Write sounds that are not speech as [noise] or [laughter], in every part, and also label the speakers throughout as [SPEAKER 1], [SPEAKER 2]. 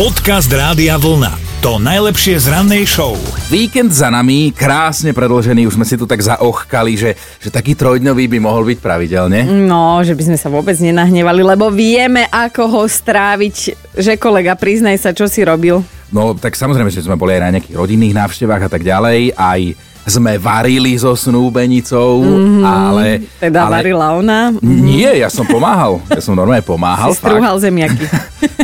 [SPEAKER 1] Podcast Rádia Vlna. To najlepšie z rannej show.
[SPEAKER 2] Víkend za nami, krásne predlžený, už sme si tu tak zaochkali, že, že taký trojdňový by mohol byť pravidelne.
[SPEAKER 3] No, že by sme sa vôbec nenahnevali, lebo vieme, ako ho stráviť. Že kolega, priznaj sa, čo si robil.
[SPEAKER 2] No tak samozrejme, že sme boli aj na nejakých rodinných návštevách a tak ďalej, aj sme varili so snúbenicou, mm-hmm, ale...
[SPEAKER 3] Mhm. Teda
[SPEAKER 2] ale...
[SPEAKER 3] varila ona.
[SPEAKER 2] Nie, ja som pomáhal. Ja som normálne pomáhal.
[SPEAKER 3] si strúhal
[SPEAKER 2] [laughs]
[SPEAKER 3] zemiaky.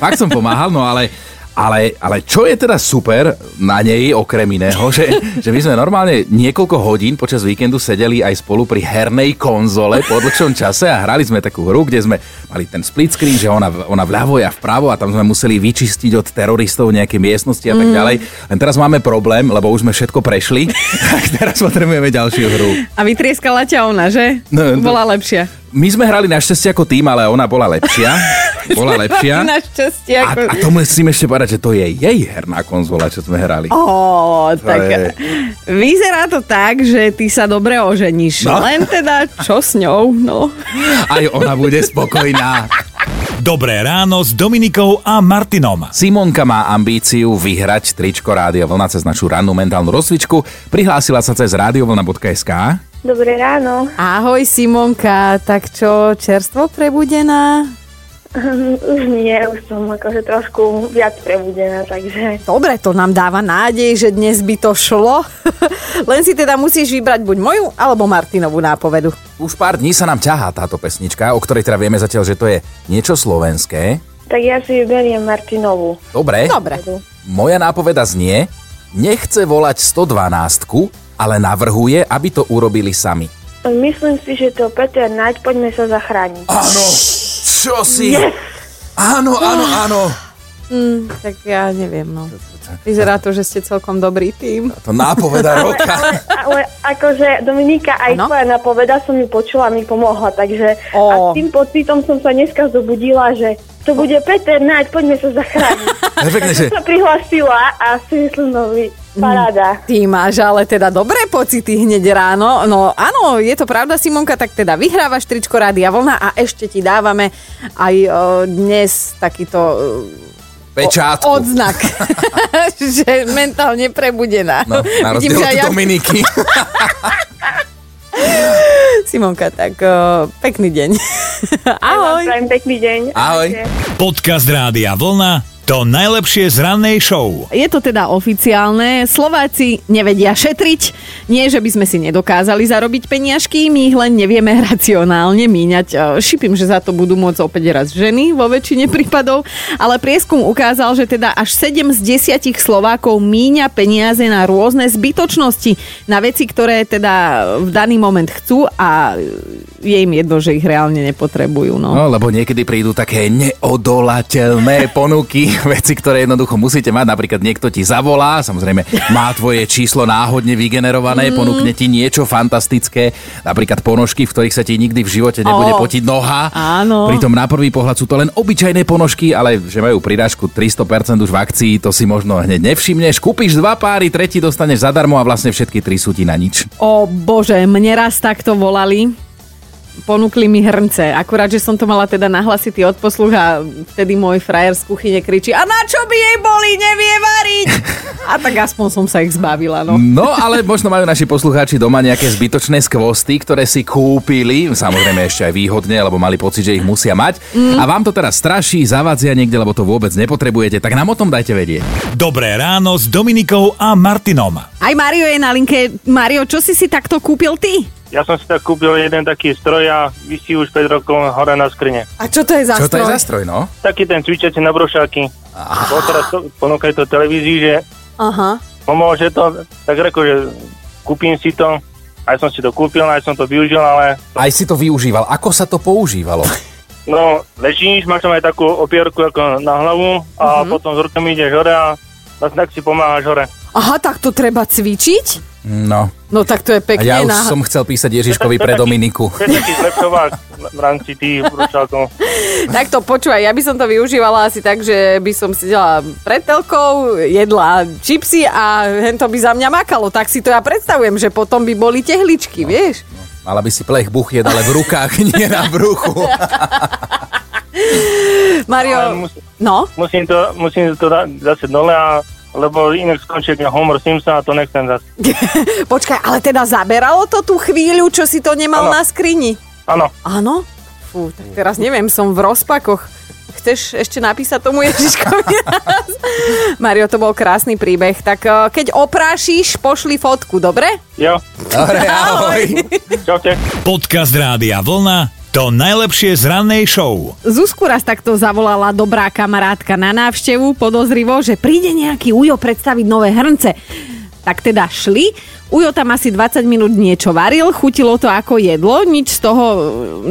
[SPEAKER 2] Fakt som pomáhal, no ale, ale, ale čo je teda super na nej, okrem iného, že, že my sme normálne niekoľko hodín počas víkendu sedeli aj spolu pri hernej konzole po dlhšom čase a hrali sme takú hru, kde sme mali ten split screen, že ona, ona vľavo, ja vpravo a tam sme museli vyčistiť od teroristov nejaké miestnosti a tak ďalej. Len teraz máme problém, lebo už sme všetko prešli, [laughs] tak teraz potrebujeme ďalšiu hru.
[SPEAKER 3] A vytrieskala ťa ona, že?
[SPEAKER 2] No, no.
[SPEAKER 3] Bola lepšia.
[SPEAKER 2] My sme hrali našťastie ako tým, ale ona bola lepšia. Bola lepšia.
[SPEAKER 3] [laughs] Na šťastie.
[SPEAKER 2] A,
[SPEAKER 3] Ako...
[SPEAKER 2] a to musím ešte povedať, že to je jej herná konzola, čo sme hrali.
[SPEAKER 3] Oh. Ó, tak
[SPEAKER 2] je-
[SPEAKER 3] vyzerá to tak, že ty sa dobre oženíš.
[SPEAKER 2] No.
[SPEAKER 3] Len teda, čo s ňou, no.
[SPEAKER 2] Aj ona bude spokojná.
[SPEAKER 1] Dobré ráno s Dominikou a Martinom.
[SPEAKER 2] Simonka má ambíciu vyhrať tričko Rádio Vlna cez našu rannú mentálnu rozcvičku. Prihlásila sa cez radiovlna.sk.
[SPEAKER 4] Dobré ráno. [laughs]
[SPEAKER 3] Ahoj Simonka, tak čo, čerstvo prebudená?
[SPEAKER 4] Už nie, už som akože trošku viac prebudená, takže...
[SPEAKER 3] Dobre, to nám dáva nádej, že dnes by to šlo. [laughs] Len si teda musíš vybrať buď moju, alebo Martinovú nápovedu.
[SPEAKER 2] Už pár dní sa nám ťahá táto pesnička, o ktorej teda vieme zatiaľ, že to je niečo slovenské.
[SPEAKER 4] Tak ja si vyberiem Martinovú.
[SPEAKER 2] Dobre.
[SPEAKER 3] Dobre.
[SPEAKER 2] Moja nápoveda znie, nechce volať 112, ale navrhuje, aby to urobili sami.
[SPEAKER 4] Myslím si, že to Peter Naď, poďme sa zachrániť.
[SPEAKER 2] Áno. Čo si? Áno, áno,
[SPEAKER 3] Oh.
[SPEAKER 2] áno.
[SPEAKER 3] Mm, tak ja neviem, no. Vyzerá to, že ste celkom dobrý tým.
[SPEAKER 2] To nápoveda roka.
[SPEAKER 4] Ale, ale akože Dominika, aj
[SPEAKER 3] Áno?
[SPEAKER 4] tvoja napoveda som ju počula, mi pomohla, takže a
[SPEAKER 3] Ó.
[SPEAKER 4] s tým pocitom som sa dneska zobudila, že to bude Peter Naď, poďme sa
[SPEAKER 3] [laughs]
[SPEAKER 4] zachrániť.
[SPEAKER 2] Perfektne, že...
[SPEAKER 4] sa prihlásila a si myslím, no, vy-
[SPEAKER 3] Mm.
[SPEAKER 4] paráda.
[SPEAKER 3] Ty máš ale teda dobré pocity hneď ráno. No áno, je to pravda Simonka, tak teda vyhrávaš tričko Rádia Vlna a ešte ti dávame aj e, dnes takýto e,
[SPEAKER 2] Pečátku.
[SPEAKER 3] odznak, [laughs] že mentálne prebudená.
[SPEAKER 2] No, na rozdiel
[SPEAKER 3] Vidím, že
[SPEAKER 2] od
[SPEAKER 3] aj ja-
[SPEAKER 2] Dominiky.
[SPEAKER 3] Simonka, tak e, pekný deň. [laughs] Ahoj.
[SPEAKER 4] Prajem pekný deň.
[SPEAKER 2] Ahoj.
[SPEAKER 1] Podcast Rádia Vlna. To najlepšie z rannej show.
[SPEAKER 3] Je to teda oficiálne, Slováci nevedia šetriť. Nie, že by sme si nedokázali zarobiť peniažky, my ich len nevieme racionálne míňať. E, Šipím, že za to budú môcť opäť raz ženy vo väčšine prípadov, ale prieskum ukázal, že teda až 7 z 10 Slovákov míňa peniaze na rôzne zbytočnosti, na veci, ktoré teda v daný moment chcú a je im jedno, že ich reálne nepotrebujú. No.
[SPEAKER 2] No, lebo niekedy prídu také neodolateľné ponuky, [laughs] veci, ktoré jednoducho musíte mať. Napríklad niekto ti zavolá, samozrejme má tvoje číslo náhodne vygenerované, ponúkne ti niečo fantastické, napríklad ponožky, v ktorých sa ti nikdy v živote nebude
[SPEAKER 3] Ó.
[SPEAKER 2] potiť noha.
[SPEAKER 3] Áno.
[SPEAKER 2] Pritom na prvý pohľad sú to len obyčajné ponožky, ale že majú prirážku 300% už v akcii, to si možno hneď nevšimneš. Kúpiš dva páry, tretí dostaneš zadarmo a vlastne všetky tri sú ti na nič.
[SPEAKER 3] O bože, mne raz takto volali. Ponúkli mi hrnce. Akurát, že som to mala teda nahlasitý odposluch a vtedy môj frajer z kuchyne kričí a na čo by jej boli, nevie variť. A tak aspoň som sa ich zbavila, no.
[SPEAKER 2] No, ale možno majú naši poslucháči doma nejaké zbytočné skvosty, ktoré si kúpili, samozrejme ešte aj výhodne, lebo mali pocit, že ich musia mať. Mm. A vám to teraz straší, zavadzia niekde, lebo to vôbec nepotrebujete, tak nám o tom dajte vedieť.
[SPEAKER 1] Dobré ráno s Dominikou a Martinom.
[SPEAKER 3] Aj Mario je na linke. Mario, čo si si takto kúpil ty?
[SPEAKER 5] Ja som si tak kúpil jeden taký stroj a vysí už 5 rokov hore na skrine.
[SPEAKER 3] A čo to je za
[SPEAKER 2] Čo to je
[SPEAKER 3] stroj?
[SPEAKER 2] za stroj, no?
[SPEAKER 5] Taký ten cvičací na brošáky.
[SPEAKER 2] Ah.
[SPEAKER 5] Bol teraz to, ponúkajú to televízii, že
[SPEAKER 3] Aha.
[SPEAKER 5] pomôže to, tak reku, že kúpim si to. Aj som si to kúpil, aj som to využil, ale
[SPEAKER 2] Aj si to využíval. Ako sa to používalo?
[SPEAKER 5] no, ležíš, máš tam aj takú opierku ako na hlavu a
[SPEAKER 2] Mhm.
[SPEAKER 5] potom s rukami ideš hore a tak- tak si pomáhaš hore.
[SPEAKER 3] Aha, tak to treba cvičiť?
[SPEAKER 2] No,
[SPEAKER 3] No tak to je
[SPEAKER 2] a
[SPEAKER 3] pekne.
[SPEAKER 2] ja už
[SPEAKER 3] na...
[SPEAKER 2] som chcel písať Ježiškovi
[SPEAKER 5] To je
[SPEAKER 2] pre
[SPEAKER 5] taký-
[SPEAKER 2] Dominiku.
[SPEAKER 5] To je taký zlepšovák v rámci
[SPEAKER 2] [laughs]
[SPEAKER 5] tých brošákov.
[SPEAKER 3] [laughs] Tak to počúvaj, ja by som to využívala asi tak, že by som sedela pred telkou, jedla čipsy a hento by za mňa makalo. Tak si to ja predstavujem, že potom by boli tehličky, vieš?
[SPEAKER 2] Mala by si plech buchieť, [laughs] ale v rukách, nie na bruchu.
[SPEAKER 3] Mario,
[SPEAKER 5] musí-
[SPEAKER 3] No, [laughs]
[SPEAKER 5] Musím to, musím to dať zase dole, a, lebo inak skončí ako Homer Simpson a to nechcem zase.
[SPEAKER 3] počkaj, ale teda zaberalo to tú chvíľu, čo si to nemal
[SPEAKER 5] Áno.
[SPEAKER 3] na skrini?
[SPEAKER 5] Áno,
[SPEAKER 3] Áno? Fú, tak teraz neviem, som v rozpakoch. Chceš ešte napísať tomu Ježiškovi raz? Mario, to bol krásny príbeh. Tak e, keď oprášíš, pošli fotku, dobre?
[SPEAKER 5] jo,
[SPEAKER 2] Dobre, ahoj.
[SPEAKER 5] čaute.
[SPEAKER 1] Podcast Rádia Vlna to najlepšie z rannej show.
[SPEAKER 3] Zuzku raz takto zavolala dobrá kamarátka na návštevu, podozrivo, že príde nejaký Ujo predstaviť nové hrnce. Tak teda šli, Ujo tam asi 20 minút niečo varil, chutilo to ako jedlo, nič z toho e,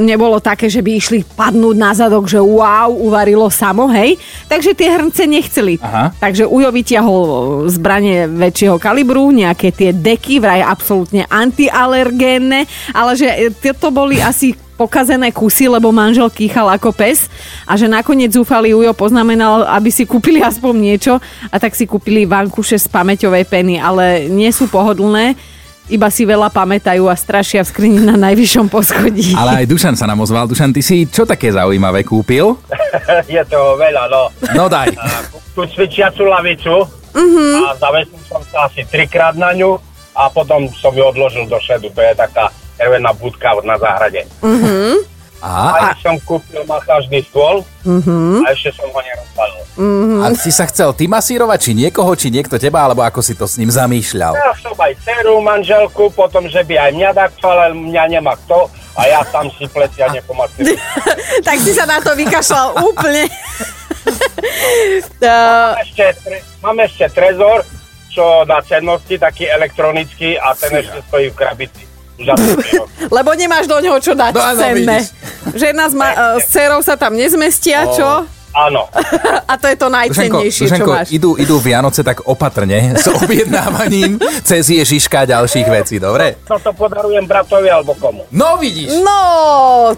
[SPEAKER 3] nebolo také, že by išli padnúť na zadok, že wow, uvarilo samo, hej. Takže tie hrnce nechceli.
[SPEAKER 2] Aha.
[SPEAKER 3] Takže Ujo vyťahol zbranie väčšieho kalibru, nejaké tie deky, vraj absolútne antialergénne, ale že e, tieto boli asi pokazené kusy, lebo manžel kýchal ako pes a že nakoniec zúfalý Ujo poznamenal, aby si kúpili aspoň niečo a tak si kúpili vankuše z pamäťovej peny, ale nie sú pohodlné, iba si veľa pamätajú a strašia v skrini na najvyššom poschodí.
[SPEAKER 2] Ale aj Dušan sa nám ozval. Dušan, ty si čo také zaujímavé kúpil?
[SPEAKER 6] Je toho veľa, no.
[SPEAKER 2] No daj.
[SPEAKER 6] Tú cvičiacu lavicu mm-hmm. a zavesnil som sa asi trikrát na ňu a potom som ju odložil do šedu. To je taká drevená budka na záhrade.
[SPEAKER 2] A,
[SPEAKER 6] A, a som kúpil masážny stôl a ešte som ho nerozpalil.
[SPEAKER 2] a
[SPEAKER 3] Mm.
[SPEAKER 2] si sa chcel ty masírovať, či niekoho, či niekto teba, alebo ako si to s ním zamýšľal?
[SPEAKER 6] Ja som aj dceru, manželku, potom, že by aj mňa dať, ale mňa nemá kto a ja tam si plecia nepomasím.
[SPEAKER 3] [laughs] tak si sa na to vykašľal úplne. [laughs] Eh,
[SPEAKER 6] ešte, tre, mám ešte trezor, čo na cennosti, taký elektronický a ten ešte stojí v krabici. Už asi neviem.
[SPEAKER 3] Lebo nemáš do ňoho čo dať
[SPEAKER 2] No áno,
[SPEAKER 3] cenné.
[SPEAKER 2] vidíš.
[SPEAKER 3] Žena s, ma- e, s cerou sa tam nezmestia, čo? [laughs]
[SPEAKER 6] Áno.
[SPEAKER 3] A to je to najcennejšie, čo
[SPEAKER 2] Dušenko,
[SPEAKER 3] máš.
[SPEAKER 2] idú, idú Vianoce tak opatrne s
[SPEAKER 3] [laughs]
[SPEAKER 2] objednávaním cez Ježiška a ďalších vecí, dobre?
[SPEAKER 6] Toto podarujem bratovi alebo komu.
[SPEAKER 2] No vidíš!
[SPEAKER 3] No,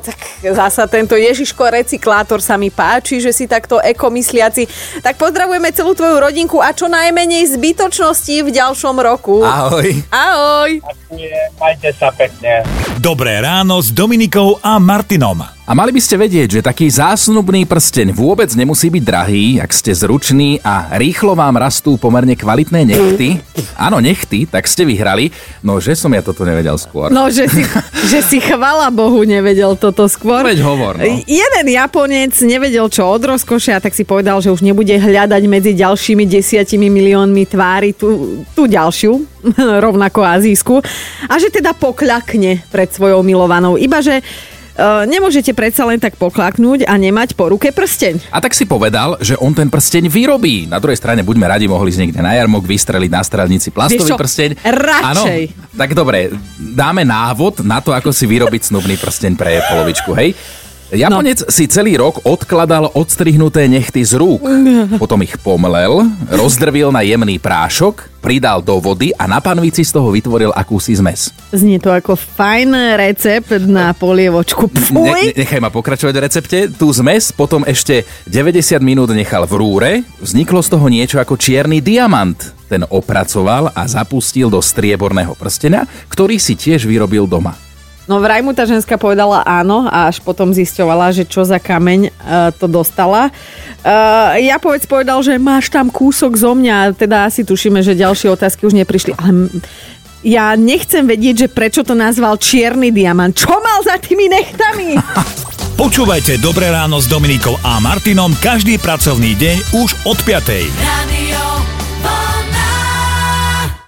[SPEAKER 3] tak zasa tento Ježiško recyklátor sa mi páči, že si takto ekomysliaci. Tak pozdravujeme celú tvoju rodinku a čo najmenej zbytočností v ďalšom roku.
[SPEAKER 2] Ahoj.
[SPEAKER 3] Ahoj.
[SPEAKER 6] Ďakujem, majte sa pekne.
[SPEAKER 1] Dobré ráno s Dominikou a Martinom.
[SPEAKER 2] A mali by ste vedieť, že taký zásnubný prsteň vôbec nemusí byť drahý, ak ste zruční a rýchlo vám rastú pomerne kvalitné
[SPEAKER 3] Mm.
[SPEAKER 2] nechty. Áno, nechty, tak ste vyhrali. No, že som ja toto nevedel skôr.
[SPEAKER 3] No,
[SPEAKER 2] [laughs]
[SPEAKER 3] že si, že si chvala Bohu nevedel toto skôr.
[SPEAKER 2] Veď hovor, no.
[SPEAKER 3] Jeden Japonec nevedel, čo od rozkoše a tak si povedal, že už nebude hľadať medzi ďalšími desiatimi miliónmi tvári tú, tú ďalšiu, [laughs] rovnako azijskú, a že teda pokľakne pred svojou milovanou. Iba, že e, nemôžete predsa len tak poklaknúť a nemať po ruke prsteň.
[SPEAKER 2] A tak si povedal, že on ten prsteň vyrobí. Na druhej strane, buďme radi, mohli z niekde na jarmok vystreliť na strelnici
[SPEAKER 3] Vieš
[SPEAKER 2] plastový
[SPEAKER 3] čo?
[SPEAKER 2] prsteň.
[SPEAKER 3] Radšej.
[SPEAKER 2] Áno, tak dobre, dáme návod na to, ako si vyrobiť snubný prsteň pre polovičku, hej? Japonec no. si celý rok odkladal odstrihnuté nechty z
[SPEAKER 3] [laughs]
[SPEAKER 2] rúk. Potom ich pomlel, rozdrvil na jemný prášok, pridal do vody a na panvici z toho vytvoril akúsi zmes.
[SPEAKER 3] Znie to ako fajn recept na polievočku. Fuj!
[SPEAKER 2] Ne, ne- nechaj ma pokračovať v recepte. Tú zmes potom ešte 90 minút nechal v rúre. Vzniklo z toho niečo ako čierny diamant. Ten opracoval a zapustil do strieborného prstena, ktorý si tiež vyrobil doma.
[SPEAKER 3] No vraj mu tá ženská povedala áno a až potom zisťovala, že čo za kameň e, to dostala. E, ja povedz povedal, že máš tam kúsok zo mňa, teda asi tušíme, že ďalšie otázky už neprišli, ale m- ja nechcem vedieť, že prečo to nazval čierny diamant. Čo mal za tými nechtami?
[SPEAKER 1] Počúvajte Dobré ráno s Dominikou a Martinom každý pracovný deň už od 5.
[SPEAKER 7] Radio